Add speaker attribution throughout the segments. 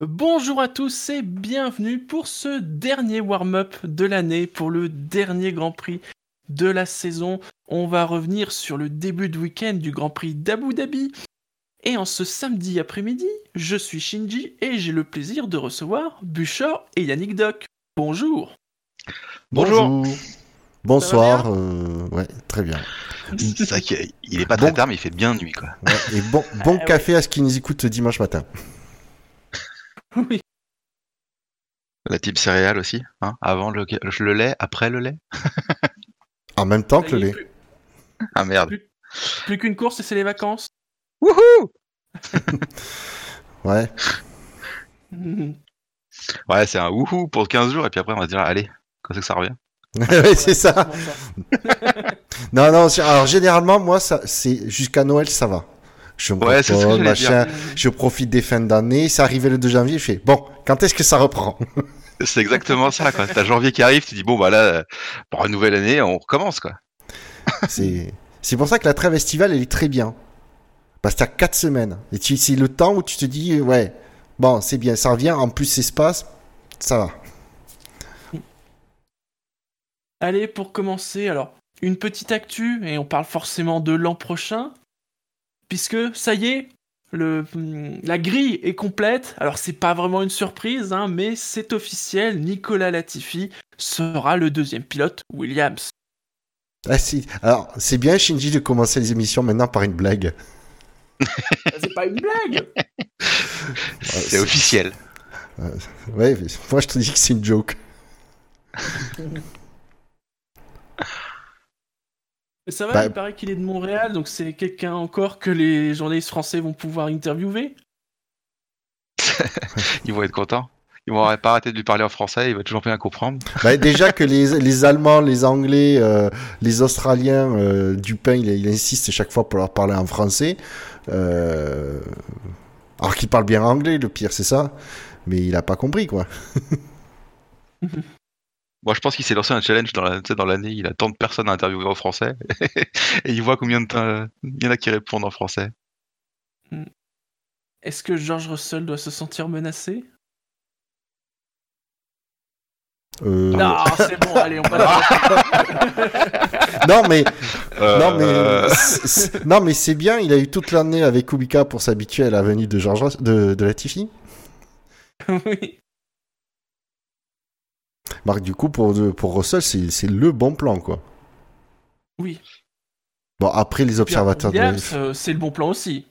Speaker 1: Bonjour à tous et bienvenue pour ce dernier warm-up de l'année, pour le dernier Grand Prix de la saison. On va revenir sur le début de week-end du Grand Prix d'Abu Dhabi. Et en ce samedi après-midi, je suis Shinji et j'ai le plaisir de recevoir Buchor et Yannick Doc. Bonjour.
Speaker 2: Bonjour.
Speaker 3: Bonsoir. euh, ouais, très bien. Mmh.
Speaker 2: C'est ça qu'il il est pas très
Speaker 3: Bon.
Speaker 2: tard, mais il fait bien nuit, quoi.
Speaker 3: Ouais, et bon, bon
Speaker 1: Ah,
Speaker 3: café à ce qui nous écoute dimanche matin.
Speaker 1: Oui,
Speaker 2: La type céréale aussi, hein. Avant le, le lait, après le lait.
Speaker 3: En même temps que
Speaker 1: ça
Speaker 3: le
Speaker 1: y est,
Speaker 3: lait.
Speaker 1: plus-
Speaker 2: Ah merde.
Speaker 1: Plus qu'une course et c'est les vacances.
Speaker 3: Ouais.
Speaker 2: Ouais, c'est un wouhou pour 15 jours, et puis après, on va se dire, allez, quand c'est que ça revient
Speaker 3: Ouais, c'est ça.
Speaker 1: Bonsoir.
Speaker 3: Non, non, c'est- alors généralement, moi, ça, c'est jusqu'à Noël, ça va. Je me
Speaker 2: Ouais, c'est ce que
Speaker 3: cotonne,
Speaker 2: j'allais dire.
Speaker 3: machin. Je profite des fins d'année. C'est arrivé le 2 janvier, je fais, bon, quand est-ce que ça reprend
Speaker 2: C'est exactement ça, quoi. T'as janvier qui arrive, tu dis, bon, bah là, euh, pour une nouvelle année, on recommence, quoi.
Speaker 3: C'est c'est pour ça que la trêve estivale, elle est très bien. Parce que t'as 4 semaines. Et tu- c'est le temps où tu te dis, ouais, bon, c'est bien, ça revient, en plus, c'est espace, ça va.
Speaker 1: Allez, pour commencer, alors, une petite actu, et on parle forcément de l'an prochain, puisque ça y est, le, hum, la grille est complète. Alors, c'est pas vraiment une surprise, hein, mais c'est officiel, Nicolas Latifi sera le deuxième pilote Williams.
Speaker 3: Ah si, alors c'est bien Shinji de commencer les émissions maintenant par une blague.
Speaker 1: Ah, c'est pas une blague
Speaker 2: C'est
Speaker 3: c'est-
Speaker 2: officiel.
Speaker 3: Ouais, mais moi je te dis que c'est une joke.
Speaker 1: Ça va,
Speaker 3: Bah-
Speaker 1: il paraît qu'il est de Montréal, donc c'est quelqu'un encore que les journalistes français vont pouvoir interviewer.
Speaker 2: Ils vont être contents. Ils vont pas arrêter de lui parler en français, il va toujours bien comprendre.
Speaker 3: Bah, déjà que les, les Allemands, les Anglais, euh, les Australiens, euh, Dupin, il, il insiste chaque fois pour leur parler en français. Euh, alors qu'il parle bien anglais, le pire c'est ça. Mais il a pas compris quoi.
Speaker 2: Moi, je pense qu'il s'est lancé un challenge dans la- tu sais, dans l'année. il a tant de personnes à interviewer en français. et il voit combien de temps euh, il y en a qui répondent en français.
Speaker 1: Est-ce que George Russell doit se sentir menacé
Speaker 3: Euh,
Speaker 1: Non, Ah, c'est bon, allez, on passe.
Speaker 3: non, mais non
Speaker 2: Euh,
Speaker 3: mais c'est- c'est- non mais c'est bien. Il a eu toute l'année avec Kubica pour s'habituer à la venue de George Ross- de, de Latifi.
Speaker 1: Oui.
Speaker 3: Marc, du coup, pour, pour Russell, c'est c'est le bon plan, quoi.
Speaker 1: Oui.
Speaker 3: Bon, après, les
Speaker 1: Puis, alors,
Speaker 3: observateurs de
Speaker 1: Williams, euh, c'est le bon plan aussi.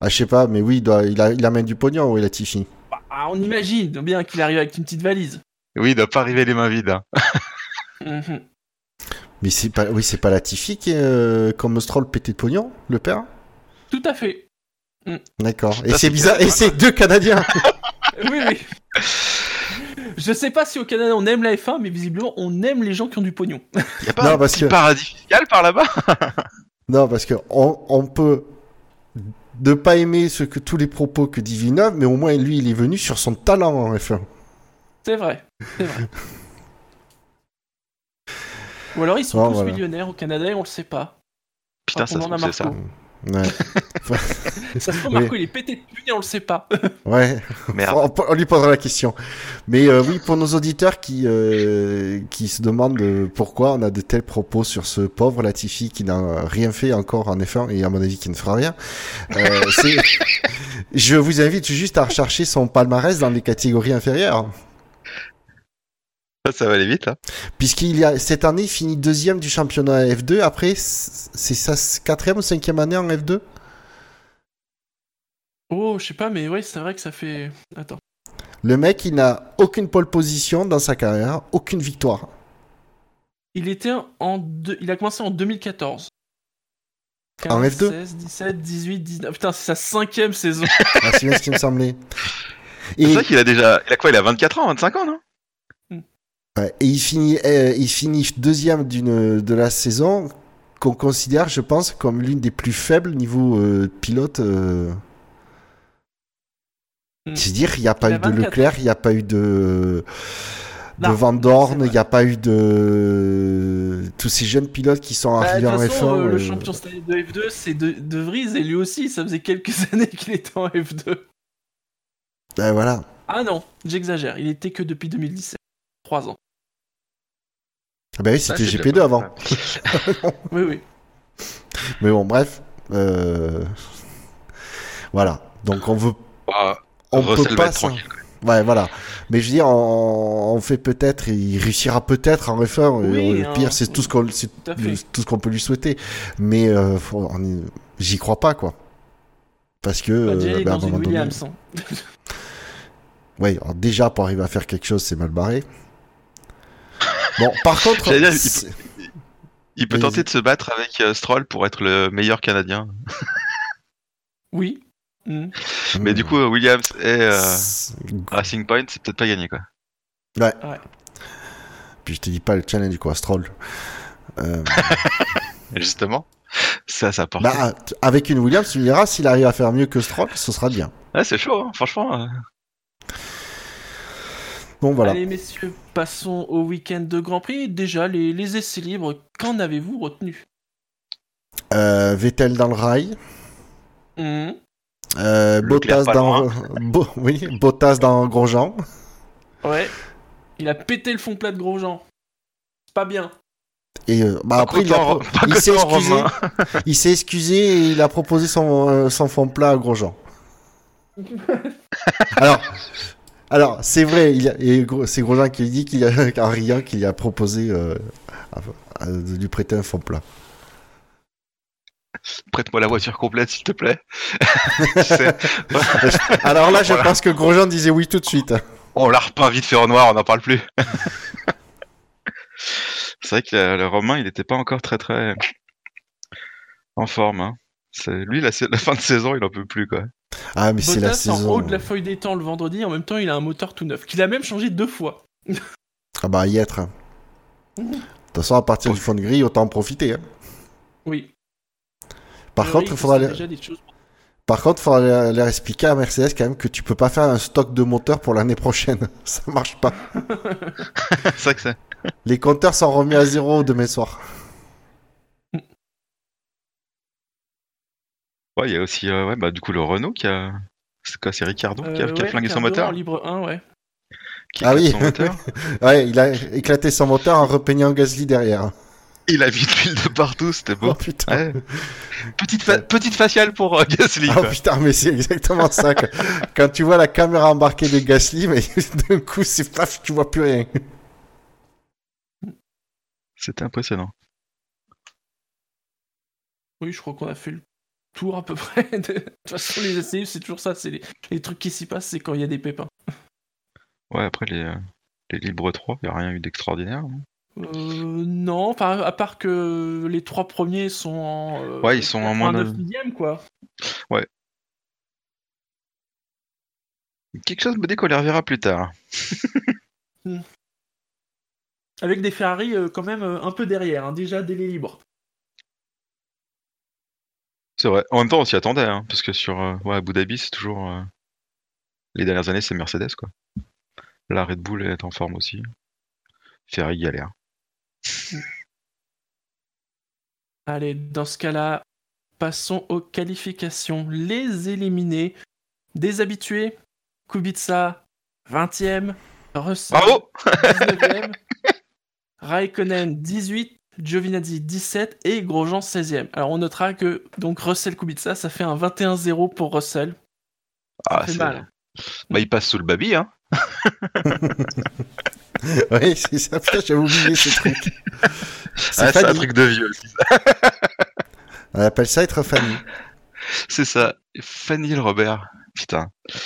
Speaker 3: Ah, je sais pas, mais oui, il, doit- il, a- il amène du pognon, oui, Latifi.
Speaker 1: Bah, ah, on imagine bien qu'il arrive avec une petite valise.
Speaker 2: Oui, il doit pas arriver les mains vides. hein.
Speaker 1: Mhm.
Speaker 3: Mais c'est pas, oui, c'est pas Latifi qui est, euh, comme Stroll pété de pognon, le père
Speaker 1: Tout à fait.
Speaker 3: D'accord. Et
Speaker 2: Ça, c'est
Speaker 3: c'est bizarre, et
Speaker 2: Canadien.
Speaker 3: c'est deux Canadiens
Speaker 1: Oui, oui. Je sais pas si au Canada on aime la F1, mais visiblement on aime les gens qui ont du pognon.
Speaker 2: Il n'y a pas
Speaker 3: Non,
Speaker 2: un
Speaker 3: parce
Speaker 2: petit
Speaker 3: que-
Speaker 2: paradis fiscal par là-bas
Speaker 3: Non, parce que on, on peut ne pas aimer ce que tous les propos que dit Villeneuve, mais au moins, lui, il est venu sur son talent en F1.
Speaker 1: C'est vrai. C'est vrai. Ou alors ils sont
Speaker 3: Bon,
Speaker 1: tous
Speaker 3: voilà.
Speaker 1: millionnaires au Canada et on le sait pas.
Speaker 2: Putain,
Speaker 1: Enfin,
Speaker 2: ça
Speaker 1: on
Speaker 2: se
Speaker 1: en a
Speaker 2: trouve, c'est ça.
Speaker 1: Marco.
Speaker 3: Ouais.
Speaker 1: Ça se trouve,
Speaker 3: Oui.
Speaker 1: Marco il est pété de thunes et on le sait pas.
Speaker 3: ouais.
Speaker 2: Merde.
Speaker 3: On, on lui posera la question. Mais euh, oui, pour nos auditeurs qui, euh, qui se demandent euh, pourquoi on a de tels propos sur ce pauvre Latifi qui n'a rien fait encore en F1 et à mon avis qui ne fera rien, euh, c'est- je vous invite juste à rechercher son palmarès dans les catégories inférieures.
Speaker 2: Ça, ça va aller vite. hein.
Speaker 3: Puisqu'il y a cette année il finit deuxième du championnat F2, après c- c'est sa quatrième ou cinquième année en F2
Speaker 1: Oh, je sais pas, mais ouais, c'est vrai que ça fait. Attends.
Speaker 3: Le mec il n'a aucune pole position dans sa carrière, aucune victoire.
Speaker 1: Il était en deux... il a commencé en 2014.
Speaker 3: En F2?
Speaker 1: 16, 17, 18, 19. Putain, c'est sa cinquième saison.
Speaker 3: Ah, c'est bien ce qui me semblait.
Speaker 2: C'est
Speaker 3: Et-
Speaker 2: ça qu'il a déjà. Il a quoi Il a 24 ans, 25 ans, non
Speaker 3: Ouais, et il finit, euh, il finit deuxième d'une de la saison qu'on considère, je pense, comme l'une des plus faibles niveau euh, pilote. euh.
Speaker 1: Mm.
Speaker 3: C'est-à-dire, il n'y a pas
Speaker 1: Il a
Speaker 3: eu de
Speaker 1: 24.
Speaker 3: Leclerc, il n'y a pas eu de de
Speaker 1: Non,
Speaker 3: Van
Speaker 1: c'est
Speaker 3: Dorn,
Speaker 1: vrai.
Speaker 3: il n'y a pas eu de tous ces jeunes pilotes qui sont
Speaker 1: Bah,
Speaker 3: arrivés
Speaker 1: de
Speaker 3: en
Speaker 1: toute façon,
Speaker 3: F1.
Speaker 1: euh,
Speaker 3: euh.
Speaker 1: le champion cette année de F2, c'est de, de Vries, et lui aussi, ça faisait quelques années qu'il était en F2.
Speaker 3: Ben voilà.
Speaker 1: Ah non, j'exagère, il était que depuis 2017. 3 ans.
Speaker 3: Ah
Speaker 1: Bah,
Speaker 3: Ben oui,
Speaker 2: Ça,
Speaker 3: c'était
Speaker 2: c'est
Speaker 3: GP2
Speaker 2: déjà pas
Speaker 3: avant.
Speaker 2: mal.
Speaker 1: Oui, oui.
Speaker 3: Mais bon, bref. euh, Voilà. Donc on veut,
Speaker 2: Bah,
Speaker 3: on peut
Speaker 2: Russell va
Speaker 3: pas.
Speaker 2: être
Speaker 3: s'in-
Speaker 2: tranquille.
Speaker 3: Ouais, voilà. Mais je veux dire, on, on fait peut-être, il réussira peut-être en f euh,
Speaker 1: Oui,
Speaker 3: le pire,
Speaker 1: hein.
Speaker 3: c'est tout ce qu'on, c'est
Speaker 1: Tout à fait.
Speaker 3: le- tout ce qu'on peut lui souhaiter. Mais euh, faut- on y- j'y crois pas, quoi. Parce que
Speaker 1: Bah, déjà, il
Speaker 3: euh,
Speaker 1: est
Speaker 3: bah, à un
Speaker 1: dans une
Speaker 3: moment donné-
Speaker 1: Williams. hein.
Speaker 3: Ouais, alors déjà pour arriver à faire quelque chose, c'est mal barré. Bon, par contre,
Speaker 2: J'allais dire, il peut-
Speaker 3: c'est-
Speaker 2: Il peut
Speaker 3: Mais
Speaker 2: tenter
Speaker 3: ils-
Speaker 2: de se battre avec euh, Stroll pour être le meilleur Canadien.
Speaker 1: Oui. Hmm.
Speaker 2: Mais du coup, euh, Williams et euh,
Speaker 3: C'est-
Speaker 2: Racing Point, c'est peut-être pas gagné quoi.
Speaker 3: ouais.
Speaker 1: ouais.
Speaker 3: Puis je te dis pas le challenge quoi, Stroll. Euh,
Speaker 2: Et justement, ça, ça porte.
Speaker 3: bah, t- avec une Williams, tu me diras s'il arrive à faire mieux que Stroll, ce sera bien.
Speaker 2: Ouais, c'est chaud, hein, franchement. euh.
Speaker 3: Bon voilà.
Speaker 1: Allez, messieurs, passons au week-end de Grand Prix. Déjà, les, les essais libres, qu'en avez-vous retenu
Speaker 3: Euh, Vettel dans le rail,
Speaker 1: Hmm.
Speaker 3: euh,
Speaker 2: Leclerc
Speaker 3: Bottas
Speaker 2: pas
Speaker 3: dans Bo- oui, Bottas dans Grosjean.
Speaker 1: Ouais. Il a pété le fond plat de Grosjean. C'est pas bien.
Speaker 3: Et euh, bah
Speaker 2: Pas
Speaker 3: après il, a
Speaker 2: content,
Speaker 3: pro-
Speaker 2: pas
Speaker 3: il s'est
Speaker 2: content,
Speaker 3: excusé,
Speaker 2: Romain.
Speaker 3: il s'est excusé et il a proposé son euh, son fond plat à Grosjean. alors alors c'est vrai, il a- et Gro- c'est Grosjean qui lui dit qu'il a en riant qu'il lui a proposé euh, à- à- de lui prêter un fond plat.
Speaker 2: Prête-moi la voiture complète, s'il te plaît. Tu sais,
Speaker 3: Alors là, je
Speaker 2: Voilà.
Speaker 3: pense que Grosjean disait oui tout de suite.
Speaker 2: on la repeint vite fait en noir, on n'en parle plus. c'est vrai que euh, le Romain, il n'était pas encore très très en forme. hein. C'est- Lui, la, sa- la fin de saison, il en peut plus quoi.
Speaker 3: Ah mais c'est la
Speaker 1: Bottas en
Speaker 3: saison.
Speaker 1: haut de la feuille des temps le vendredi. En même temps, il a un moteur tout neuf qu'il a même changé deux fois.
Speaker 3: Ah bah y être. hein. De toute façon, à partir du fond de grille, autant en profiter. hein.
Speaker 1: Oui.
Speaker 3: Par
Speaker 1: Le
Speaker 3: contre, il
Speaker 1: rythme,
Speaker 3: faudra
Speaker 1: c'est
Speaker 3: les-
Speaker 1: déjà des choses.
Speaker 3: Par contre, il faudra leur expliquer à Mercedes quand même que tu peux pas faire un stock de moteurs pour l'année prochaine. Ça marche pas.
Speaker 2: c'est vrai que c'est.
Speaker 3: Les compteurs sont remis à zéro demain soir.
Speaker 2: Ouais, il y a aussi euh, ouais, bah, du coup le Renault qui a. C'est quoi C'est Ricardo Hein, qui a,
Speaker 1: Euh,
Speaker 2: qui a
Speaker 1: ouais,
Speaker 2: flingué son
Speaker 1: Ricardo
Speaker 2: moteur
Speaker 1: en libre 1, ouais.
Speaker 2: qui
Speaker 3: Ah
Speaker 2: éclate
Speaker 3: oui.
Speaker 2: son moteur.
Speaker 3: Ouais, il a éclaté son moteur en repeignant Gasly derrière. hein.
Speaker 2: Il a vite l'huile de partout, c'était
Speaker 3: Oh
Speaker 2: beau.
Speaker 3: putain.
Speaker 2: Ouais. Petite, fa- petite faciale pour euh, Gasly.
Speaker 3: Ah
Speaker 2: quoi.
Speaker 3: putain, mais c'est exactement ça. quoi. Quand tu vois la caméra embarquée de Gasly, mais d'un coup, c'est paf, tu vois plus rien.
Speaker 2: C'était impressionnant.
Speaker 1: Oui, je crois qu'on a fait le tour à peu près. De toute façon, les essais libres, c'est toujours ça. C'est les... les trucs qui s'y passent, c'est quand il y a des pépins.
Speaker 2: Ouais, après les, euh, les libres 3, il n'y a rien eu d'extraordinaire. hein.
Speaker 1: Euh, non, enfin, à part que les trois premiers sont en. euh,
Speaker 2: Ouais, ils sont en moins de-
Speaker 1: 89 dixième, quoi.
Speaker 2: Quelque chose me dit qu'on les reverra plus tard.
Speaker 1: Avec des Ferrari euh, quand même euh, un peu derrière, hein, déjà dès les libres.
Speaker 2: C'est vrai. En même temps, on s'y attendait, hein, parce que sur euh, ouais, Abu Dhabi, c'est toujours. euh, Les dernières années, c'est Mercedes, quoi. La Red Bull est en forme aussi. Ferrari galère.
Speaker 1: Allez, dans ce cas-là, passons aux qualifications. Les éliminés, des habitués, Kubica, 20e, Russell,
Speaker 2: Bravo
Speaker 1: 19e, Raikkonen, 18, Giovinazzi, 17 et Grosjean, 16e. Alors on notera que donc Russell Kubica, ça fait un 21-0 pour Russell.
Speaker 2: Ah,
Speaker 1: fait
Speaker 2: c'est-
Speaker 1: mal.
Speaker 2: Bah, il passe sous le baby, hein.
Speaker 3: Ouais, c'est ça. Putain, j'avais oublié ce truc. C'est
Speaker 2: Ah, c'est un
Speaker 3: Fanny.
Speaker 2: truc de vieux.
Speaker 3: On appelle ça être Fanny.
Speaker 2: C'est ça. Fanny le Robert. Putain. C'est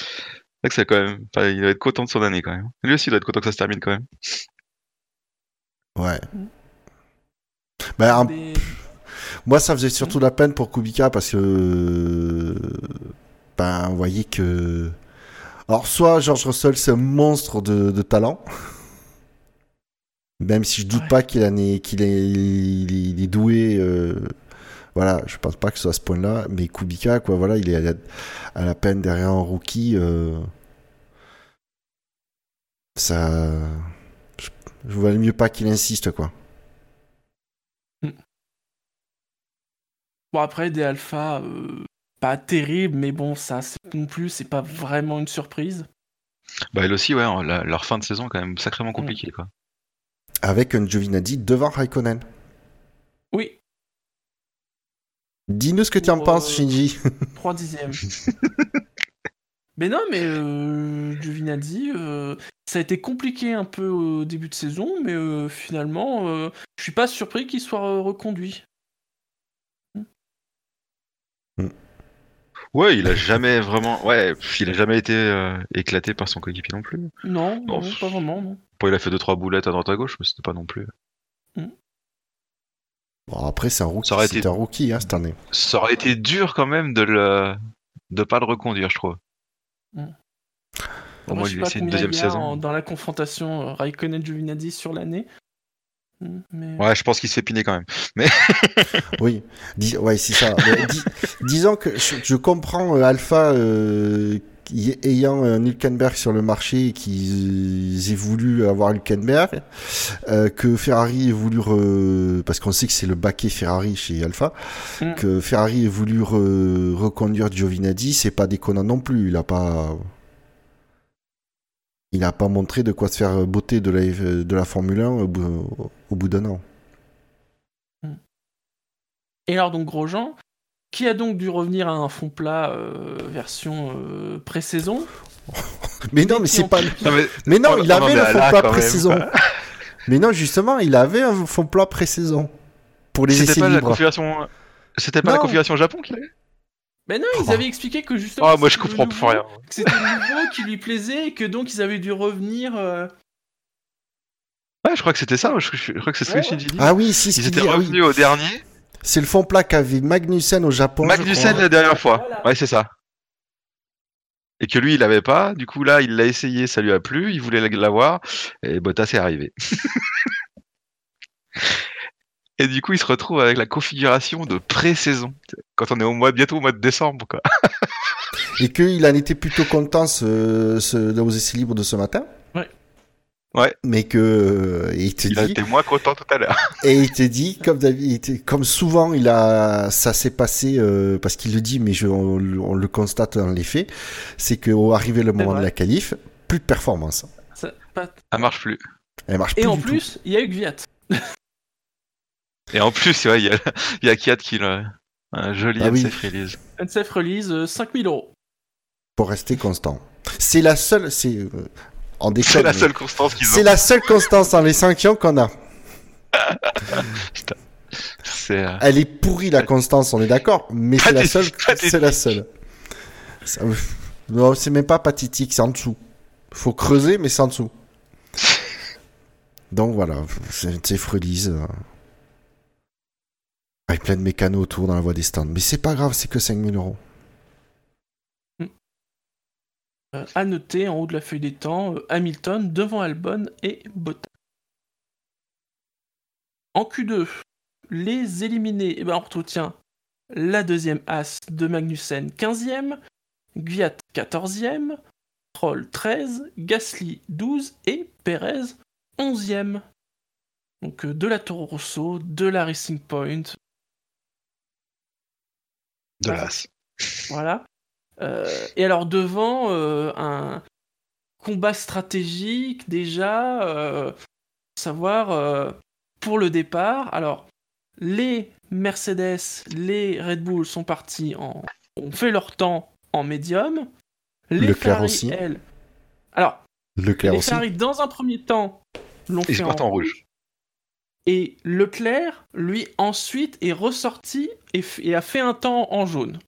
Speaker 2: vrai que c'est quand même. enfin, il doit être content de son année quand même. Lui aussi il doit être content que ça se termine quand même.
Speaker 3: Ouais.
Speaker 1: Mm.
Speaker 3: Bah, en-
Speaker 1: Des-
Speaker 3: Moi, ça faisait
Speaker 1: Mm.
Speaker 3: surtout la peine pour Kubica parce que. euh, Ben, on voyait que. Alors, soit George Russell, c'est un monstre de, de talent. Même si je doute
Speaker 1: Ouais.
Speaker 3: pas qu'il en est, qu'il est, il est, il est doué. euh, Voilà, je pense pas que ce soit à ce point-là. Mais Kubica, quoi, voilà, il est à la, à la peine derrière un rookie. euh, Ça. Je, je voulais mieux pas qu'il insiste, quoi.
Speaker 1: Bon après, des alphas, euh, pas terribles, mais bon, ça c'est non plus, c'est pas vraiment une surprise.
Speaker 2: Bah, elle aussi, ouais, la- leur fin de saison, quand même, sacrément
Speaker 1: Mm.
Speaker 2: compliquée, quoi.
Speaker 3: avec un Giovinazzi devant Raikkonen.
Speaker 1: Oui,
Speaker 3: Dis-nous ce que tu en
Speaker 1: Euh,
Speaker 3: penses, Shinji.
Speaker 1: 3 dixièmes. mais non, mais euh, Giovinazzi, euh, ça a été compliqué un peu au début de saison, mais euh, finalement, euh, je suis pas surpris qu'il soit euh, reconduit.
Speaker 2: Ouais, il a jamais vraiment. Ouais, pff, il a jamais été euh, éclaté par son coéquipier non plus.
Speaker 1: Non, non,
Speaker 2: Non,
Speaker 1: pas vraiment, non.
Speaker 2: Bon, il a fait 2-3 boulettes à droite à gauche, mais c'était pas non plus.
Speaker 3: Bon, après, c'est un rookie,
Speaker 2: Ça aurait
Speaker 3: c'est
Speaker 2: été-
Speaker 3: un rookie hein, cette année.
Speaker 2: Ça aurait été dur quand même de le. de pas le reconduire, je trouve.
Speaker 1: Mm.
Speaker 2: Au
Speaker 1: Moi,
Speaker 2: moins,
Speaker 1: je
Speaker 2: il
Speaker 1: sais pas
Speaker 2: laisser une
Speaker 1: combien il y
Speaker 2: deuxième
Speaker 1: a
Speaker 2: saison.
Speaker 1: en- dans la confrontation euh, Raikkonen Giovinazzi sur l'année. Mm, Mais...
Speaker 2: Ouais, je pense qu'il se fait piner quand même.
Speaker 3: Oui, Dis- ouais, c'est ça. Mais dis- disons que je, je comprends euh, Alpha euh, qui- ayant un Hülkenberg sur le marché et qu'ils aient voulu avoir Hülkenberg, euh, que Ferrari ait voulu re- parce qu'on sait que c'est le baquet Ferrari chez Alpha,
Speaker 1: Mm.
Speaker 3: que Ferrari ait voulu re- reconduire Giovinazzi, c'est pas déconnant non plus. Il a pas il n'a pas montré de quoi se faire botter de la, de la Formule 1 au bout- au bout d'un an.
Speaker 1: Et alors donc Grosjean, qui a donc dû revenir à un fond plat euh, version euh, pré-saison.
Speaker 3: Mais non, mais
Speaker 1: qui
Speaker 3: c'est
Speaker 1: ont
Speaker 3: pas.
Speaker 2: Non, mais
Speaker 3: Mais non,
Speaker 2: Oh,
Speaker 3: il
Speaker 2: non,
Speaker 3: avait
Speaker 2: mais
Speaker 3: le
Speaker 2: là,
Speaker 3: fond
Speaker 2: là,
Speaker 3: plat
Speaker 2: quand même,
Speaker 3: pré-saison.
Speaker 2: quoi.
Speaker 3: Mais non, justement, il avait un fond plat pré-saison. Pour les
Speaker 2: C'était
Speaker 3: essais
Speaker 2: pas la
Speaker 3: libres.
Speaker 2: configuration. C'était pas la
Speaker 3: Non.
Speaker 2: configuration Japon qu'il avait
Speaker 1: Mais non, ils
Speaker 3: Oh.
Speaker 1: avaient expliqué que justement.
Speaker 2: Ah, moi je
Speaker 1: c'était le
Speaker 2: comprends
Speaker 1: nouveau-
Speaker 2: plus rien.
Speaker 1: Que c'était le nouveau qui lui plaisait et que donc ils avaient dû revenir. euh,
Speaker 2: Ouais, je crois que c'était ça. moi, Je, je- je crois que c'est ce
Speaker 1: Ouais,
Speaker 2: que Shinji dit.
Speaker 3: Ah oui, si, ce
Speaker 2: Ils
Speaker 3: qu'il
Speaker 2: étaient
Speaker 3: dit, ah oui.
Speaker 2: revenus au dernier.
Speaker 3: C'est le fond plat qu'avait Magnussen au Japon. je
Speaker 2: Magnussen
Speaker 3: crois.
Speaker 2: la dernière fois.
Speaker 1: Voilà.
Speaker 2: Ouais, c'est ça. Et que lui, il l'avait pas. Du coup, là, il l'a essayé, ça lui a plu. Il voulait l'avoir. Et Bottas est arrivé. et du coup, il se retrouve avec la configuration de pré-saison. Quand on est au mois, bientôt au mois de décembre, quoi.
Speaker 3: Et qu'il en était plutôt content ce, ce, là, aux essais libres de ce matin.
Speaker 1: Ouais.
Speaker 2: Ouais.
Speaker 3: Mais que. euh, et il te
Speaker 2: Il a
Speaker 3: dit.
Speaker 2: été moins content tout à l'heure.
Speaker 3: Et il t'a dit, comme, David- il était- comme souvent, il a, ça s'est passé euh, parce qu'il le dit, mais je, on, le- on le constate dans les faits, c'est qu'au arrivé le moment
Speaker 1: vrai.
Speaker 3: de la qualif, plus de performance.
Speaker 1: ça- pas-
Speaker 2: Ça marche plus.
Speaker 3: Elle marche
Speaker 1: Et
Speaker 3: plus
Speaker 1: en
Speaker 3: du tout.
Speaker 1: plus, il y a eu Gviat.
Speaker 2: Et en plus, ouais, il y a, il y a Kiat qui l'a. Un joli
Speaker 3: Ah oui.
Speaker 2: SF release.
Speaker 1: NSF release euh, 5000 euros.
Speaker 3: pour rester constant. C'est la seule, c'est euh, en déconne,
Speaker 2: C'est la
Speaker 3: mais
Speaker 2: seule constance qu'ils
Speaker 3: c'est
Speaker 2: ont.
Speaker 3: la seule constance dans les sanctions qu'on a.
Speaker 2: C'est, euh,
Speaker 3: Elle est pourrie la constance, on est d'accord, mais c'est la
Speaker 2: Pathétique,
Speaker 3: seule,
Speaker 2: pathétique.
Speaker 3: c'est la seule. Ça- euh, non, c'est même pas pathétique, c'est en dessous. Faut creuser, mais c'est en dessous. Donc voilà, c'est c'est frelise. euh. Avec plein de mécanos autour dans la voie des stands. Mais c'est pas grave, c'est que 5000 euros.
Speaker 1: Euh, à noter en haut de la feuille des temps, euh, Hamilton devant Albon et Bottas. En Q2, les éliminés, eh ben, on retient la deuxième as de Magnussen 15e, Gviat 14e, Troll 13, Gasly 12 et Perez 11e. Donc euh, de la Toro Rosso, de la Racing Point,
Speaker 2: de l'as.
Speaker 1: Voilà. Euh, et alors devant euh, un combat stratégique déjà, euh, savoir euh, pour le départ. Alors les Mercedes, les Red Bull sont partis en, ont fait leur temps en médium. Les
Speaker 3: Leclerc
Speaker 1: Ferrari,
Speaker 3: aussi.
Speaker 1: elles. Alors
Speaker 3: Leclerc
Speaker 1: les
Speaker 3: aussi.
Speaker 1: Ferrari dans un premier temps l'ont
Speaker 2: Ils
Speaker 1: fait
Speaker 2: partent en rouge.
Speaker 1: Et Leclerc, lui, ensuite est ressorti et, f- et a fait un temps en jaune.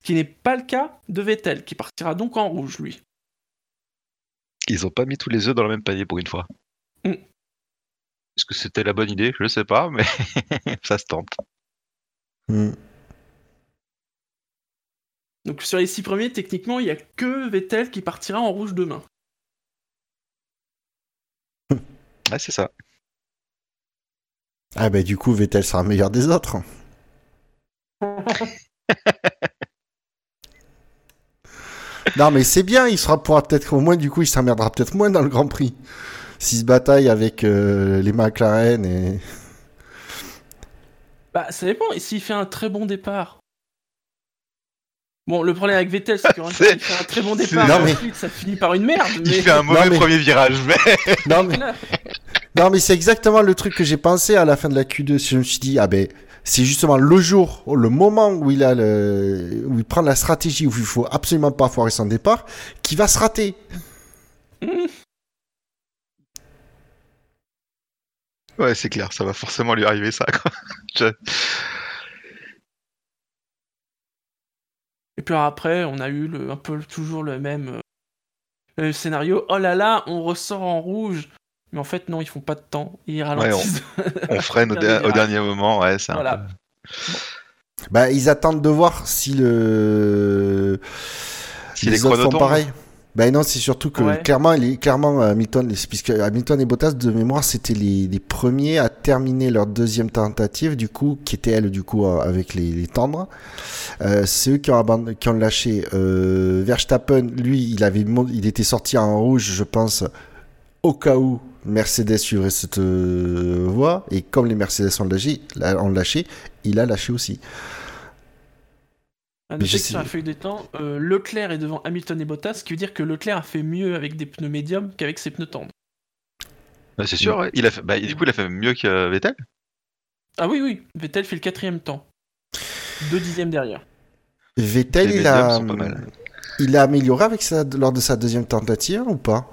Speaker 1: Ce qui n'est pas le cas de Vettel, qui partira donc en rouge, lui.
Speaker 2: Ils ont pas mis tous les œufs dans le même panier pour une fois.
Speaker 1: Mm.
Speaker 2: Est-ce que c'était la bonne idée Je sais pas, mais ça se tente.
Speaker 3: Hmm.
Speaker 1: Donc sur les six premiers, techniquement, il n'y a que Vettel qui partira en rouge demain.
Speaker 2: Ouais, c'est ça.
Speaker 3: Ah bah du coup Vettel sera le meilleur des autres. non mais c'est bien, il sera pourra peut-être au moins du coup il s'emmerdera peut-être moins dans le Grand Prix. S'il se bataille avec euh, les McLaren et
Speaker 1: Bah, ça dépend. Et s'il fait un très bon départ Bon, le problème avec Vettel, c'est qu'en fait, il fait un très bon départ,
Speaker 3: Non,
Speaker 1: mais
Speaker 3: mais-
Speaker 1: ensuite, ça finit par une merde.
Speaker 2: Il
Speaker 1: Mais...
Speaker 2: fait un mauvais
Speaker 3: mais-
Speaker 2: premier virage, mais.
Speaker 3: Non mais, non, mais c'est exactement le truc que j'ai pensé à la fin de la Q2. Je me suis dit, ah ben, c'est justement le jour, le moment où il a le, où il prend la stratégie où il faut absolument pas foirer son départ, qui va se rater.
Speaker 2: Ouais, c'est clair, ça va forcément lui arriver ça, quoi. Je-
Speaker 1: Et puis alors après, on a eu le, un peu toujours le même euh, euh, scénario. Oh là là, on ressort en rouge. Mais en fait, non, ils font pas de temps. Ils ralentissent.
Speaker 2: On freine au,
Speaker 1: Dernier
Speaker 2: der- au
Speaker 1: virage.
Speaker 2: dernier moment, ouais, c'est un
Speaker 1: Voilà.
Speaker 2: peu-
Speaker 3: Bah, ils attendent de voir si le,
Speaker 2: Si les hein. chronos tombent.
Speaker 3: pareil. Ben non, c'est surtout que
Speaker 1: Ouais.
Speaker 3: clairement, il est, clairement Hamilton, les- puisque Hamilton et Bottas de mémoire, c'était les, les premiers à terminer leur deuxième tentative, du coup, qui était elle, du coup, euh, avec les, les tendres. Euh, c'est eux qui ont, abandon- qui ont lâché euh, Verstappen. Lui, il avait, mon- il était sorti en rouge, je pense, au cas où Mercedes suivrait cette euh, voie. Et comme les Mercedes ont lâché, la- ont lâché, il a lâché aussi.
Speaker 1: À
Speaker 3: Mais
Speaker 1: noter
Speaker 3: je
Speaker 1: que
Speaker 3: sais-
Speaker 1: sur la feuille de temps, euh, Leclerc est devant Hamilton et Bottas, ce qui veut dire que Leclerc a fait mieux avec des pneus médiums qu'avec ses pneus tendres.
Speaker 2: Ouais, c'est sûr, ouais. il a fait... bah, du coup, il a fait mieux que euh, Vettel.
Speaker 1: Ah oui, oui, Vettel fait le quatrième temps. Deux dixièmes derrière.
Speaker 3: Vettel,
Speaker 2: Les
Speaker 3: il
Speaker 2: médiums
Speaker 3: a,
Speaker 2: sont pas mal.
Speaker 3: il a amélioré avec ça lors de sa deuxième tentative ou pas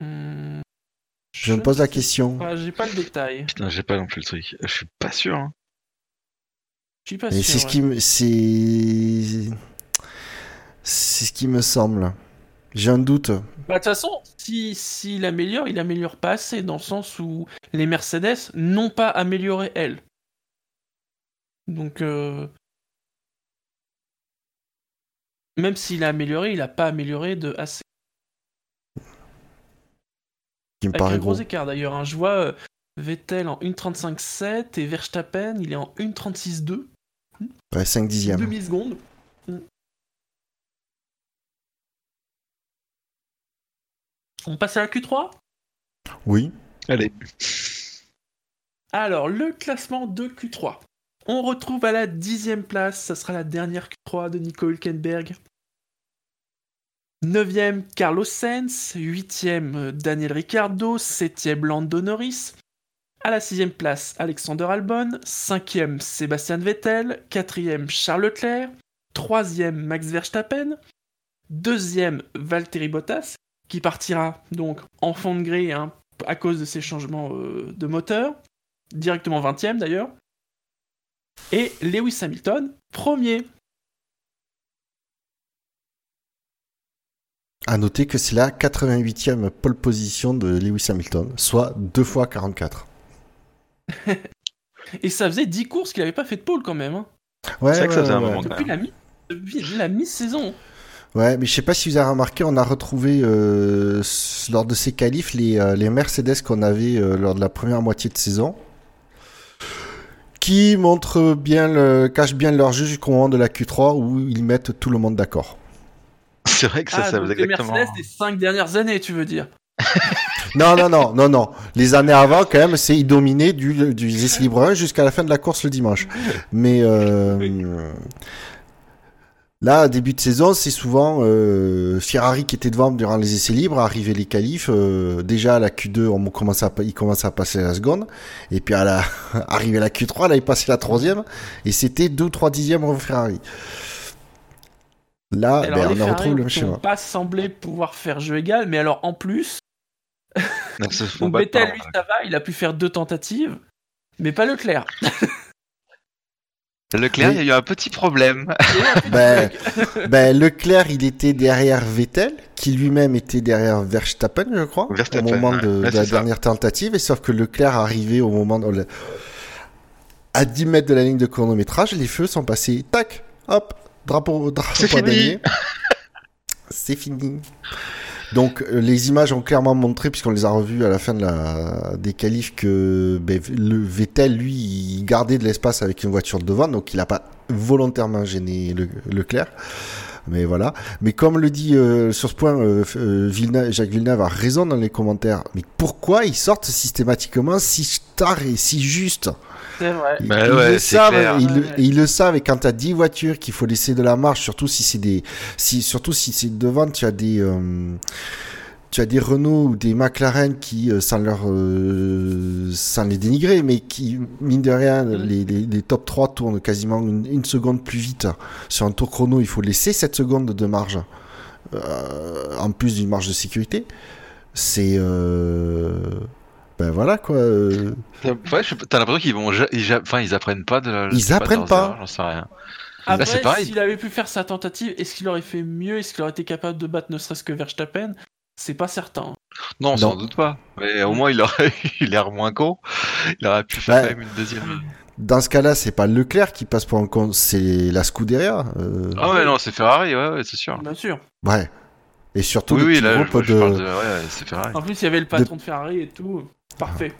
Speaker 1: Hmm,
Speaker 3: Je me pose la
Speaker 1: ne sais
Speaker 3: question.
Speaker 1: pas, J'ai pas le détail.
Speaker 2: Putain, j'ai pas non plus le truc. Je suis pas sûr. hein.
Speaker 1: Je suis pas
Speaker 3: Et
Speaker 1: sûr.
Speaker 3: c'est ce
Speaker 1: ouais.
Speaker 3: qui me, c'est, c'est ce qui me semble. J'ai un doute.
Speaker 1: Bah, De toute façon, si- s'il améliore, il améliore pas assez, dans le sens où les Mercedes n'ont pas amélioré elles. Donc, euh, même s'il a amélioré, il a pas amélioré de assez.
Speaker 3: Qui me
Speaker 1: Avec un
Speaker 3: paraît
Speaker 1: gros
Speaker 3: gros.
Speaker 1: écart d'ailleurs. hein. Je vois euh, Vettel en 1.35.7 et Verstappen, il est en 1.36.2.
Speaker 3: Ouais, 5 dixièmes.
Speaker 1: Demi-seconde. Mm. On passe à la Q3
Speaker 3: Oui.
Speaker 2: Allez.
Speaker 1: Alors, le classement de Q3. On retrouve à la dixième place, ça sera la dernière Q3 de Nico Hülkenberg. Neuvième, Carlos Sainz. Huitième, euh, Daniel Ricciardo. Septième, Lando Norris. À la sixième place, Alexander Albon. Cinquième, Sébastien Vettel. Quatrième, Charles Leclerc. Troisième, Max Verstappen. Deuxième, Valtteri Bottas, qui partira donc en fond de gré hein, à cause de ces changements euh, de moteur directement 20ème d'ailleurs. Et Lewis Hamilton, premier.
Speaker 3: À noter que c'est la 88e pole position de Lewis Hamilton, soit 2 fois 44.
Speaker 1: Et ça faisait 10 courses qu'il n'avait pas fait de pole quand même. hein.
Speaker 3: Ouais,
Speaker 2: C'est vrai que ça
Speaker 3: ouais,
Speaker 2: faisait un
Speaker 3: ouais.
Speaker 2: moment.
Speaker 1: Depuis la mi- depuis la mi-saison.
Speaker 3: Ouais, mais je sais pas si vous avez remarqué, on a retrouvé euh, s- lors de ces qualifs les, euh, les Mercedes qu'on avait euh, lors de la première moitié de saison, qui montrent bien, le, cachent bien leur jeu jusqu'au moment de la Q3 où ils mettent tout le monde d'accord.
Speaker 2: C'est vrai que ça,
Speaker 1: ah,
Speaker 2: ça
Speaker 1: donc
Speaker 2: faisait
Speaker 1: les
Speaker 2: exactement.
Speaker 1: Mercedes des 5 dernières années, tu veux dire.
Speaker 3: Non, non, non, non, non. Les années avant, quand même, c'est ils dominaient du, du S libre 1 jusqu'à la fin de la course le dimanche. Mais euh,
Speaker 2: Oui.
Speaker 3: là, début de saison, c'est souvent euh, Ferrari qui était devant durant les essais libres, arrivaient les qualifs. euh, déjà à la Q2, on commence à, pa- ils commençaient à passer la seconde. Et puis à la, arrivé à la Q3, là, ils passaient la troisième. Et c'était 2 trois dixièmes en Ferrari. Là,
Speaker 1: Alors, les
Speaker 3: ben, on en
Speaker 1: Ferrari
Speaker 3: retrouve le même
Speaker 1: qui ont
Speaker 3: schéma.
Speaker 1: pas semblé pouvoir faire jeu égal, mais alors en plus,
Speaker 2: Elles se hein. font
Speaker 1: donc
Speaker 2: battre
Speaker 1: Vettel,
Speaker 2: par-
Speaker 1: lui, ça va, il a pu faire deux tentatives, mais pas Leclerc.
Speaker 2: Leclerc,
Speaker 3: Oui.
Speaker 2: il y a eu un petit problème.
Speaker 3: Ben, ben, Leclerc, il était derrière Vettel, qui lui-même était derrière Verstappen, je crois,
Speaker 2: Verstappen,
Speaker 3: au moment
Speaker 2: ouais.
Speaker 3: de,
Speaker 2: Ouais,
Speaker 3: de la
Speaker 2: c'est ça.
Speaker 3: dernière tentative. Et sauf que Leclerc arrivait au moment de- à 10 mètres de la ligne de chronométrage, les feux sont passés. Tac, hop, drapeau, drapeau
Speaker 2: C'est fini.
Speaker 3: gagné. C'est fini. Donc euh, les images ont clairement montré, puisqu'on les a revues à la fin de la, des qualifs, que ben, le Vettel, lui, il gardait de l'espace avec une voiture de devant, donc il n'a pas volontairement gêné le, Leclerc. Mais voilà. Mais comme le dit euh, sur ce point euh, f- euh, Villeneuve- Jacques Villeneuve a raison dans les commentaires. Mais pourquoi ils sortent systématiquement si tard et si juste
Speaker 1: C'est vrai.
Speaker 3: Ils,
Speaker 2: Bah
Speaker 3: ils
Speaker 2: ouais,
Speaker 3: le
Speaker 2: c'est
Speaker 3: savent,
Speaker 2: clair.
Speaker 3: ils, le-
Speaker 1: Ouais.
Speaker 3: et ils le savent. Et quand t'as 10 voitures qu'il faut laisser de la marge, surtout si c'est des, si surtout si c'est devant, tu as des, euh, tu as des Renault ou des McLaren qui, euh, sans leur, euh, sans les dénigrer, mais qui mine de rien, les, les, les top 3 tournent quasiment une, une seconde plus vite sur un tour chrono. Il faut laisser 7 secondes de marge, euh, en plus d'une marge de sécurité. C'est, euh, ben voilà quoi. euh,
Speaker 2: T'as ouais, je sais pas, t'as l'impression qu'ils vont, ja- ils, ja- enfin, ils apprennent pas de. la-
Speaker 3: Ils
Speaker 2: je sais de
Speaker 3: apprennent
Speaker 2: leurs
Speaker 3: pas.
Speaker 2: erreurs, J'en sais rien. Là, Bah, c'est
Speaker 1: Après,
Speaker 2: pareil.
Speaker 1: s'il avait pu faire sa tentative, est-ce qu'il aurait fait mieux Est-ce qu'il aurait été capable de battre ne serait-ce que Verstappen C'est pas certain.
Speaker 2: Non, sans
Speaker 3: Non.
Speaker 2: doute pas. Mais au moins, il aurait il a l'air moins con. Il aurait pu faire
Speaker 3: Ouais.
Speaker 2: quand même une deuxième.
Speaker 3: Dans ce cas-là, c'est pas Leclerc qui passe pour un con, c'est la Scuderia. euh,
Speaker 2: Ah ouais, non, c'est Ferrari, ouais, ouais, c'est sûr.
Speaker 1: Bien sûr.
Speaker 3: Ouais. Et surtout
Speaker 2: Oui,
Speaker 3: le
Speaker 2: oui,
Speaker 3: petit
Speaker 2: là,
Speaker 3: groupe
Speaker 2: je, je
Speaker 3: de
Speaker 2: parle de. Ouais, c'est Ferrari.
Speaker 1: En plus, il y avait le patron de Ferrari et tout. Parfait.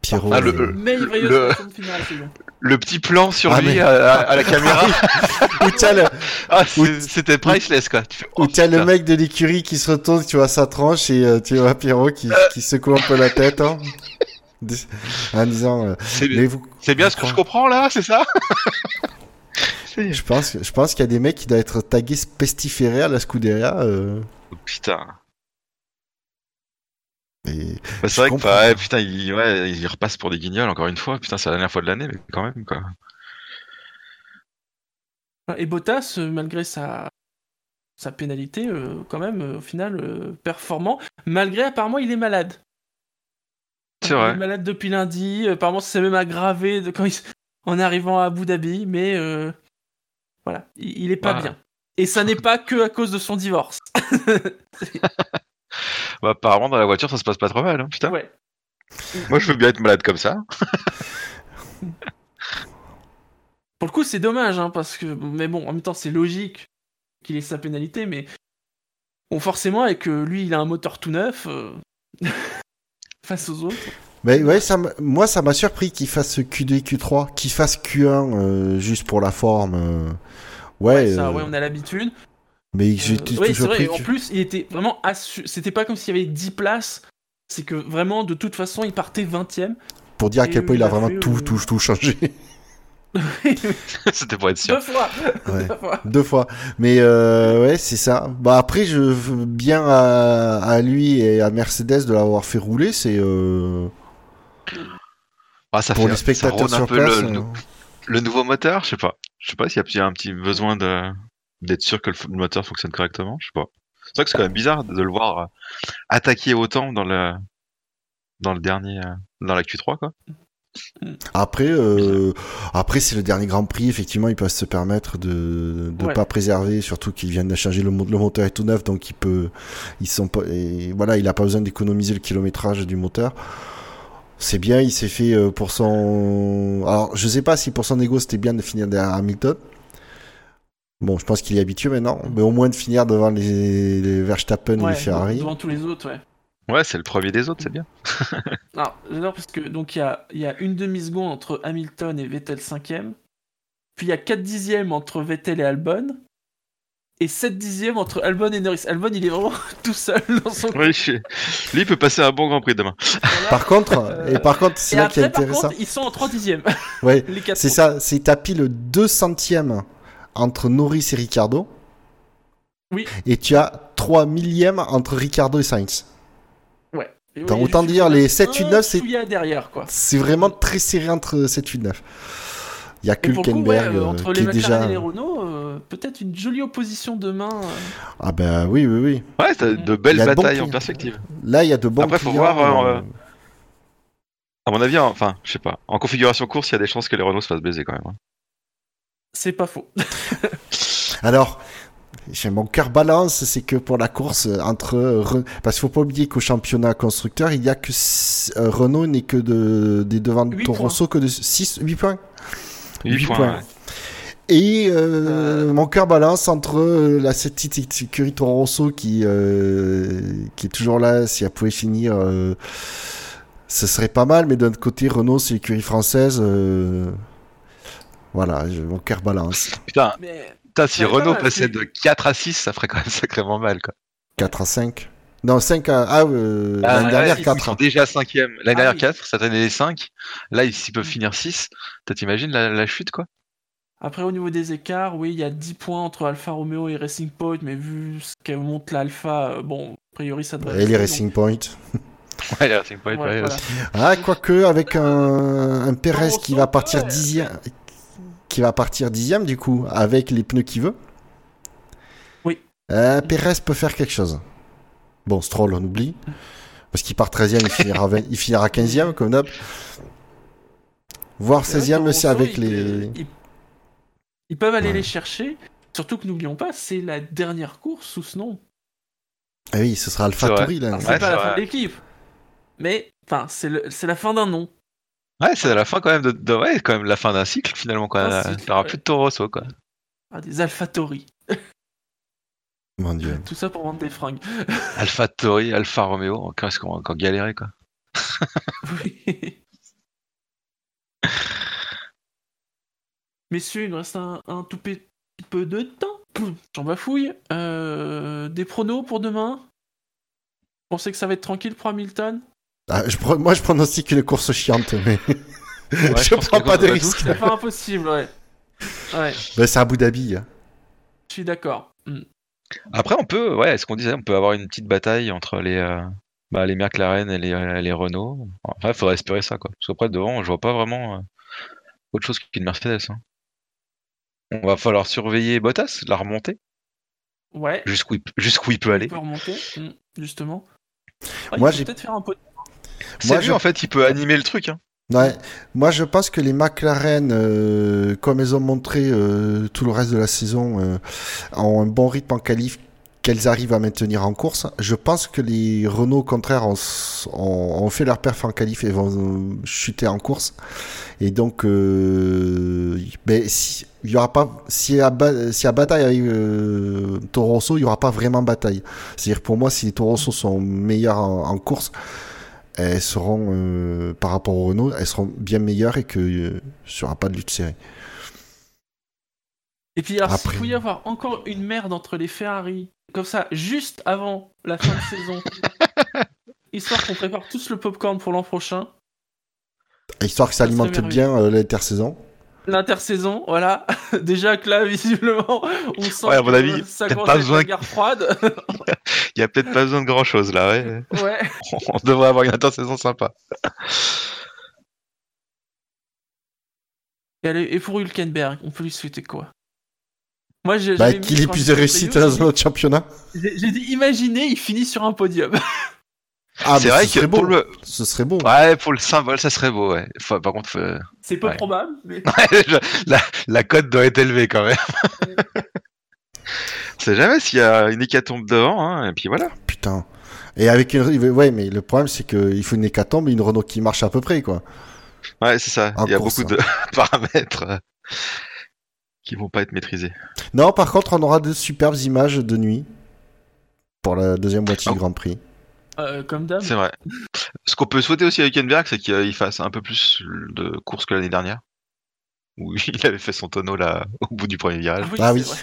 Speaker 3: Pierrot.
Speaker 2: Ah, le-
Speaker 3: et-
Speaker 2: le-
Speaker 1: Mais il va y
Speaker 2: Le-
Speaker 1: avoir une finale, c'est bon.
Speaker 2: Le petit plan sur
Speaker 3: Ah,
Speaker 2: lui
Speaker 3: mais-
Speaker 2: à, à- à la caméra,
Speaker 3: Ou t'as le,
Speaker 2: ah, c'est-
Speaker 3: Ou-
Speaker 2: c'était priceless quoi. Tu fais, oh,
Speaker 3: ou t'as le
Speaker 2: putain.
Speaker 3: mec de l'écurie qui se retourne, tu vois sa tranche et euh, tu vois Pierrot qui, qui secoue un peu la tête hein, Dis- en disant euh,
Speaker 2: C'est-
Speaker 3: mais vous-
Speaker 2: C'est bien ce que je comprends là, c'est ça C'est-
Speaker 3: je pense que- je pense qu'il y a des mecs qui doivent être tagués pestiférés à la Scuderia euh,
Speaker 2: Oh, Putain.
Speaker 3: et
Speaker 2: Bah,
Speaker 3: Je
Speaker 2: c'est vrai que
Speaker 3: comprends.
Speaker 2: bah, ouais, putain, il, ouais, il repasse pour des guignols encore une fois. Putain, c'est la dernière fois de l'année, mais quand même quoi.
Speaker 1: Et Bottas, euh, malgré sa, sa pénalité, euh, quand même, euh, au final, euh, performant. Malgré, apparemment, il est malade.
Speaker 2: C'est
Speaker 1: Il
Speaker 2: vrai.
Speaker 1: est malade depuis lundi. euh, Apparemment, ça s'est même aggravé de quand il s- en arrivant à Abu Dhabi. Mais euh, voilà, il, il est pas
Speaker 2: Ouais.
Speaker 1: bien. Et ça n'est pas que à cause de son divorce.
Speaker 2: Bah, apparemment, dans la voiture, ça se passe pas trop mal. hein, Putain,
Speaker 1: Ouais.
Speaker 2: moi je veux bien être malade comme ça.
Speaker 1: Pour le coup, c'est dommage, hein, parce que. Mais bon, en même temps, c'est logique qu'il ait sa pénalité, mais. Bon, forcément, avec que lui, il a un moteur tout neuf. euh, Face aux autres.
Speaker 3: Mais ouais, ça m'a- moi ça m'a surpris qu'il fasse Q2 et Q3, qu'il fasse Q1 euh, juste pour la forme. euh. Ouais,
Speaker 1: ça,
Speaker 3: euh,
Speaker 1: ouais, on a l'habitude.
Speaker 3: mais
Speaker 1: Euh,
Speaker 3: j'étais
Speaker 1: ouais, c'est
Speaker 3: toujours
Speaker 1: vrai,
Speaker 3: pris.
Speaker 1: en
Speaker 3: que-
Speaker 1: plus, il était vraiment assu... C'était pas comme s'il y avait 10 places. C'est que vraiment, de toute façon, il partait 20 e
Speaker 3: Pour dire à
Speaker 1: et
Speaker 3: quel point
Speaker 1: il
Speaker 3: il a
Speaker 1: a
Speaker 3: vraiment
Speaker 1: fait,
Speaker 3: tout,
Speaker 1: euh,
Speaker 3: tout, tout changé.
Speaker 2: C'était pour être sûr.
Speaker 1: Deux fois
Speaker 3: Ouais.
Speaker 1: Deux fois.
Speaker 3: Deux fois. Mais euh, ouais, c'est ça. Bah après, je veux bien à, à lui et à Mercedes de l'avoir fait rouler. C'est euh,
Speaker 2: Ah, ça
Speaker 3: pour
Speaker 2: fait
Speaker 3: les spectateurs
Speaker 2: ça rôde un
Speaker 3: sur
Speaker 2: peu
Speaker 3: place.
Speaker 2: le,
Speaker 3: euh,
Speaker 2: le nouveau moteur, je sais pas. Je sais pas s'il y a petit- un petit besoin de d'être sûr que le, f- le moteur fonctionne correctement, je sais pas. C'est vrai que c'est quand même bizarre de le voir euh, attaquer autant dans le dans le dernier euh, dans la Q3 quoi.
Speaker 3: Après, euh, après c'est le dernier Grand Prix. Effectivement, ils peuvent se permettre de de
Speaker 1: Ouais.
Speaker 3: pas préserver, surtout qu'ils viennent de changer le, mo- le moteur est tout neuf, donc il peut, ils sont pas, et voilà, il a pas besoin d'économiser le kilométrage du moteur. C'est bien, il s'est fait euh, pour son. Alors, je sais pas si pour son ego c'était bien de finir derrière Hamilton. Bon, je pense qu'il est habitué maintenant, mais au moins de finir devant les, les Verstappen et
Speaker 1: Ouais,
Speaker 3: les Ferrari.
Speaker 1: Devant tous les autres, ouais.
Speaker 2: Ouais, c'est le premier des autres, c'est bien.
Speaker 1: Alors, j'adore parce que donc il y a, il y a une demi-seconde entre Hamilton et Vettel 5ème. Puis il y a 4 dixièmes entre Vettel et Albon. Et 7 dixièmes entre Albon et Norris. Albon, il est vraiment tout seul dans son
Speaker 2: Oui, je- lui il peut passer un bon Grand Prix demain.
Speaker 1: coin-là.
Speaker 3: Par contre, et par contre, c'est
Speaker 1: Et
Speaker 3: là qui est
Speaker 1: après, par
Speaker 3: intéressant.
Speaker 1: contre, ils sont en 3 dixièmes.
Speaker 3: Ouais.
Speaker 1: les quatre
Speaker 3: C'est
Speaker 1: autres.
Speaker 3: ça, c'est t'as pile 2 centièmes entre Norris et Ricardo.
Speaker 1: Oui.
Speaker 3: Et tu as 3 millièmes entre Ricardo et Sainz.
Speaker 1: Ouais. Et
Speaker 3: T'as
Speaker 1: oui,
Speaker 3: autant
Speaker 1: juste
Speaker 3: dire, les
Speaker 1: un
Speaker 3: 7, 8, 9, c'est-
Speaker 1: souillard derrière, quoi.
Speaker 3: C'est vraiment très serré entre 7, 8, 9. Il y a
Speaker 1: Et pour le coup, ouais,
Speaker 3: Kulkenberg
Speaker 1: euh,
Speaker 3: euh,
Speaker 1: entre
Speaker 3: qui
Speaker 1: les
Speaker 3: est déjà.
Speaker 1: McLaren et les Renault, euh, peut-être une jolie opposition demain. euh.
Speaker 3: Ah ben oui, oui, oui.
Speaker 2: Ouais, t'as de
Speaker 3: Il y
Speaker 2: belles
Speaker 3: a de bons
Speaker 2: batailles en
Speaker 3: prix.
Speaker 2: perspective.
Speaker 3: Là, il y a de bons
Speaker 2: Après, faut
Speaker 3: clients,
Speaker 2: voir,
Speaker 3: euh,
Speaker 2: euh, À mon avis, enfin, je sais pas. En configuration course, il y a des chances que les Renault se fassent baiser quand même. hein.
Speaker 1: C'est pas faux.
Speaker 3: Alors, j'ai mon cœur balance, c'est que pour la course euh, entre euh, Re- parce qu'il faut pas oublier qu'au championnat constructeur, il y a que s- euh, Renault n'est que de des devant
Speaker 1: Huit
Speaker 3: Toro
Speaker 1: points.
Speaker 3: Rosso que de 6 8 points.
Speaker 2: Huit
Speaker 3: Huit
Speaker 2: points,
Speaker 3: points.
Speaker 2: ouais.
Speaker 3: Et euh, mon cœur balance entre euh, la cette petite sécurité Toro Rosso qui euh, qui est toujours là si elle pouvait finir euh, ce serait pas mal mais d'un autre côté Renault c'est l'écurie française euh, voilà, je- mon cœur balance.
Speaker 2: Putain,
Speaker 1: Mais
Speaker 2: putain, si
Speaker 1: Ouais, pas
Speaker 2: Renault
Speaker 1: mal,
Speaker 2: passait
Speaker 1: c'est-
Speaker 2: de 4 à 6, ça ferait quand même sacrément mal quoi.
Speaker 3: 4 à 5. Non, 5 à. Ah, euh,
Speaker 2: Ah,
Speaker 3: l'année
Speaker 2: là,
Speaker 3: dernière,
Speaker 2: ils- Ils
Speaker 3: 4.
Speaker 2: sont déjà cinquième.
Speaker 1: Ah
Speaker 2: L'année dernière,
Speaker 1: oui. Mm.
Speaker 2: 4, cette année, les 5. Là, ils s'ils peuvent finir 6. T'imagines la, la chute, quoi
Speaker 1: Après, au niveau des écarts, oui, il y a 10 points entre Alfa Romeo et Racing Point, mais vu ce que monte l'Alfa, euh, bon, a priori, ça devrait.
Speaker 3: Et les
Speaker 1: rester,
Speaker 3: Racing Point.
Speaker 2: Ouais, les Racing Point,
Speaker 1: donc, ouais,
Speaker 2: ouais,
Speaker 1: voilà.
Speaker 3: Ah, quoique, avec un, un Perez
Speaker 1: Grosso
Speaker 3: qui va partir
Speaker 1: modo, ouais.
Speaker 3: dixième. Qui va partir dixième, du coup, avec les pneus qu'il veut.
Speaker 1: Oui.
Speaker 3: Euh, Perez peut faire quelque chose. Bon, Stroll, on oublie. Parce qu'il part 13 e il finira, 20 il finira 15 e comme d'hab. Voire
Speaker 1: C'est vrai
Speaker 3: 16 e
Speaker 1: qu'en
Speaker 3: c'est
Speaker 1: gros,
Speaker 3: avec
Speaker 1: ils-
Speaker 3: les.
Speaker 1: Ils, ils peuvent aller
Speaker 3: Ouais.
Speaker 1: les chercher, surtout que n'oublions pas, c'est la dernière course sous ce nom.
Speaker 3: Ah oui, ce sera Alpha hein.
Speaker 2: C'est vrai. Ah
Speaker 3: Tauri, là.
Speaker 1: Alors, c'est
Speaker 2: Ouais,
Speaker 1: pas la
Speaker 2: c'est
Speaker 1: fin de
Speaker 2: vrai.
Speaker 1: l'équipe, mais enfin, c'est le- c'est la fin d'un nom.
Speaker 2: Ouais, c'est à la fin quand même de, de- ouais, quand même la fin d'un cycle finalement quand
Speaker 1: Un
Speaker 2: euh,
Speaker 1: cycle,
Speaker 2: t'auras
Speaker 1: ouais.
Speaker 2: plus de Toro Rosso quoi.
Speaker 1: Ah, des Alphatori.
Speaker 3: Mon dieu.
Speaker 1: Tout ça pour vendre des fringues.
Speaker 2: Alpha Tori, Alpha Romeo, encore est-ce qu'on va encore galérer quoi.
Speaker 1: Oui. Messieurs, il nous reste un, un tout petit peu de temps. J'en bafouille. Euh, des pronos pour demain Vous pensez que ça va être tranquille pour Hamilton
Speaker 3: Ah, je pro- Moi, je pronostique une course chiante, mais.
Speaker 2: Ouais,
Speaker 3: je
Speaker 2: pense
Speaker 3: prends
Speaker 2: que
Speaker 3: pas de
Speaker 2: contre
Speaker 3: risque.
Speaker 2: tous,
Speaker 1: C'est pas impossible, ouais. Ouais, je
Speaker 3: Ben, c'est Abu Dhabi. hein.
Speaker 1: suis d'accord. Mm.
Speaker 2: Après on peut ouais, ce qu'on disait, on peut avoir une petite bataille entre les euh, bah, les McLaren et les, euh, les Renault. Enfin, faudrait espérer ça quoi. Parce qu'après devant, je vois pas vraiment euh, autre chose qu'une Mercedes. hein. On va falloir surveiller Bottas, la remonter
Speaker 1: Ouais.
Speaker 2: jusqu'où il, peut- jusqu'où il peut
Speaker 1: On
Speaker 2: aller.
Speaker 1: peut remonter, mm, justement. Ah,
Speaker 3: Moi,
Speaker 1: il
Speaker 3: j'ai-
Speaker 1: faut peut-être faire un pot.
Speaker 2: C'est
Speaker 3: Moi,
Speaker 2: lui
Speaker 3: je-
Speaker 2: en fait, il peut animer le truc. Hein.
Speaker 3: Ouais. Moi, je pense que les McLaren, euh, comme elles ont montré euh, tout le reste de la saison, euh, ont un bon rythme en qualif qu'elles arrivent à maintenir en course. Je pense que les Renault, au contraire, ont, s- ont- ont fait leur perf en qualif et vont euh, chuter en course. Et donc, euh, ben, si, il y aura pas, si à, ba- si à bataille avec euh, Toro Rosso, il y aura pas vraiment bataille. C'est-à-dire, pour moi, si les Toro Rosso sont meilleurs en, en course, elles seront, euh, par rapport aux Renault, elles seront bien meilleures et que euh, ce sera pas de lutte serrée.
Speaker 1: Et puis alors, s'il
Speaker 3: Après.
Speaker 1: pouvait y avoir encore une merde entre les Ferrari, comme ça, juste avant la fin de saison, histoire qu'on prépare tous le popcorn pour l'an prochain,
Speaker 3: Histoire que ça
Speaker 1: Ça serait
Speaker 3: alimente bien euh, l'intersaison.
Speaker 1: l'intersaison, voilà. Déjà que là, visiblement, on sent
Speaker 2: Ouais, à mon
Speaker 1: que
Speaker 2: avis,
Speaker 1: ça
Speaker 2: peut-être
Speaker 1: commence
Speaker 2: pas
Speaker 1: à être
Speaker 2: besoin
Speaker 1: la
Speaker 2: que-
Speaker 1: guerre froide.
Speaker 2: Il y a peut-être pas besoin de grand chose là. Ouais.
Speaker 1: ouais.
Speaker 2: on devrait avoir une intersaison sympa.
Speaker 1: Et, allez, et pour Hülkenberg, on peut lui souhaiter quoi Moi, j'ai
Speaker 3: Bah,
Speaker 1: j'avais mis
Speaker 3: qu'il ait
Speaker 1: sur
Speaker 3: plus
Speaker 1: un
Speaker 3: de réussite hein.
Speaker 1: preview,
Speaker 3: dans notre championnat.
Speaker 1: J'ai j'ai dit, imaginez, il finit sur un podium.
Speaker 3: Ah,
Speaker 2: c'est
Speaker 3: mais
Speaker 2: vrai
Speaker 3: ce
Speaker 2: que
Speaker 3: serait beau.
Speaker 2: pour le
Speaker 3: Ce serait beau.
Speaker 2: Ouais, pour le symbole, ça serait beau, ouais. Faut- par contre, faut- euh,
Speaker 1: C'est peu
Speaker 2: Ouais.
Speaker 1: probable, mais
Speaker 2: je- la, la cote doit être élevée quand même. On sait jamais s'il y a une hécatombe devant, hein, et puis voilà.
Speaker 3: Putain. Et avec une. Ouais, mais le problème, c'est qu'il faut une hécatombe et une Renault qui marche à peu près, quoi.
Speaker 2: Ouais, c'est ça.
Speaker 3: En
Speaker 2: Il y a
Speaker 3: course, hein.
Speaker 2: beaucoup de paramètres euh, qui vont pas être maîtrisés.
Speaker 3: Non, par contre, on aura de superbes images de nuit pour la deuxième moitié
Speaker 2: Oh.
Speaker 3: du Grand Prix.
Speaker 1: euh, comme d'hab.
Speaker 2: C'est vrai. Ce qu'on peut souhaiter aussi à Hülkenberg, c'est qu'il fasse un peu plus de courses que l'année dernière. Où il avait fait son tonneau là au bout du premier virage.
Speaker 3: Ah oui.
Speaker 1: c'est vrai.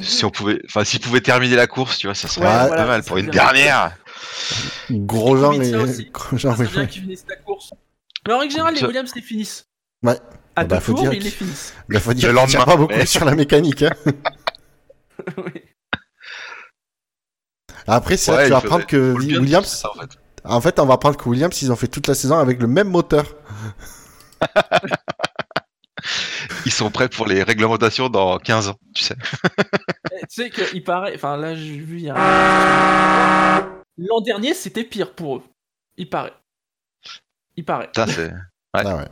Speaker 2: Si on pouvait, enfin, s'il pouvait terminer la course, tu vois, ça serait
Speaker 3: Ouais,
Speaker 2: pas
Speaker 1: voilà,
Speaker 2: mal
Speaker 1: ça
Speaker 2: pour une
Speaker 1: serait bien.
Speaker 2: dernière.
Speaker 3: Grosjean
Speaker 1: Kubica
Speaker 3: et.
Speaker 1: aussi.
Speaker 3: Grosjean
Speaker 1: Ça
Speaker 3: et-
Speaker 1: serait bien qu'ils finissent la course. Mais en règle générale, les
Speaker 2: Ça-
Speaker 1: Williams les finissent.
Speaker 3: Ouais.
Speaker 1: À
Speaker 3: Ah bah,
Speaker 1: deux
Speaker 3: faut
Speaker 1: tours,
Speaker 3: dire
Speaker 1: mais ils
Speaker 3: que-
Speaker 1: les finissent.
Speaker 3: Il faut dire
Speaker 2: Le
Speaker 3: qu'il tient
Speaker 2: lendemain,
Speaker 3: pas beaucoup
Speaker 2: mais-
Speaker 3: sur la mécanique. hein.
Speaker 1: Oui.
Speaker 3: Après, c'est là
Speaker 2: Ouais,
Speaker 3: que tu
Speaker 2: il
Speaker 3: vas
Speaker 2: faudrait-
Speaker 3: apprendre que
Speaker 2: Pour le bien, c'est
Speaker 3: Williams.
Speaker 2: ça, en fait.
Speaker 3: En fait, on va apprendre que Williams, ils ont fait toute la saison avec le même moteur.
Speaker 2: Ils sont prêts pour les réglementations dans 15 ans, tu sais.
Speaker 1: Eh, Tu sais qu'il paraît. Enfin, là, j'ai vu il y a un- L'an dernier, c'était pire pour eux. Il paraît. Il paraît.
Speaker 2: Putain, c'est. Ouais.
Speaker 3: Ah ouais.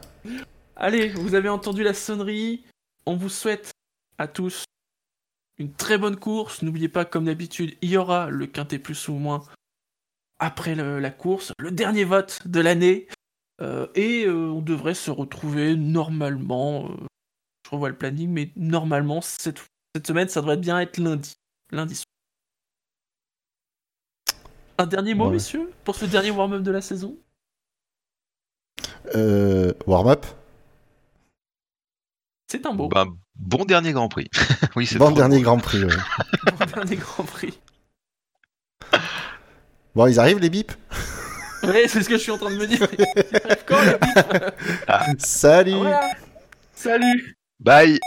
Speaker 1: Allez, vous avez entendu la sonnerie. On vous souhaite à tous une très bonne course. N'oubliez pas, comme d'habitude, il y aura le quintet plus ou moins après le- la course, le dernier vote de l'année. Euh, et euh, on devrait se retrouver normalement. euh, je revois le planning, mais normalement, cette, cette semaine, ça devrait bien être lundi. Lundi soir. Un dernier mot,
Speaker 3: Ouais.
Speaker 1: messieurs, pour ce dernier warm-up de la saison
Speaker 3: Euh, Warm-up.
Speaker 1: C'est un beau.
Speaker 2: Ben, bon dernier Grand Prix. oui, c'est
Speaker 3: Bon
Speaker 2: trop
Speaker 3: dernier
Speaker 2: beau.
Speaker 3: Grand Prix. ouais.
Speaker 1: pour le dernier Grand Prix.
Speaker 3: Bon, ils arrivent les bips
Speaker 1: Ouais, c'est ce que je suis en train de me dire. Ils arrivent quand, les bips
Speaker 3: Salut
Speaker 1: Voilà. Salut
Speaker 2: Bye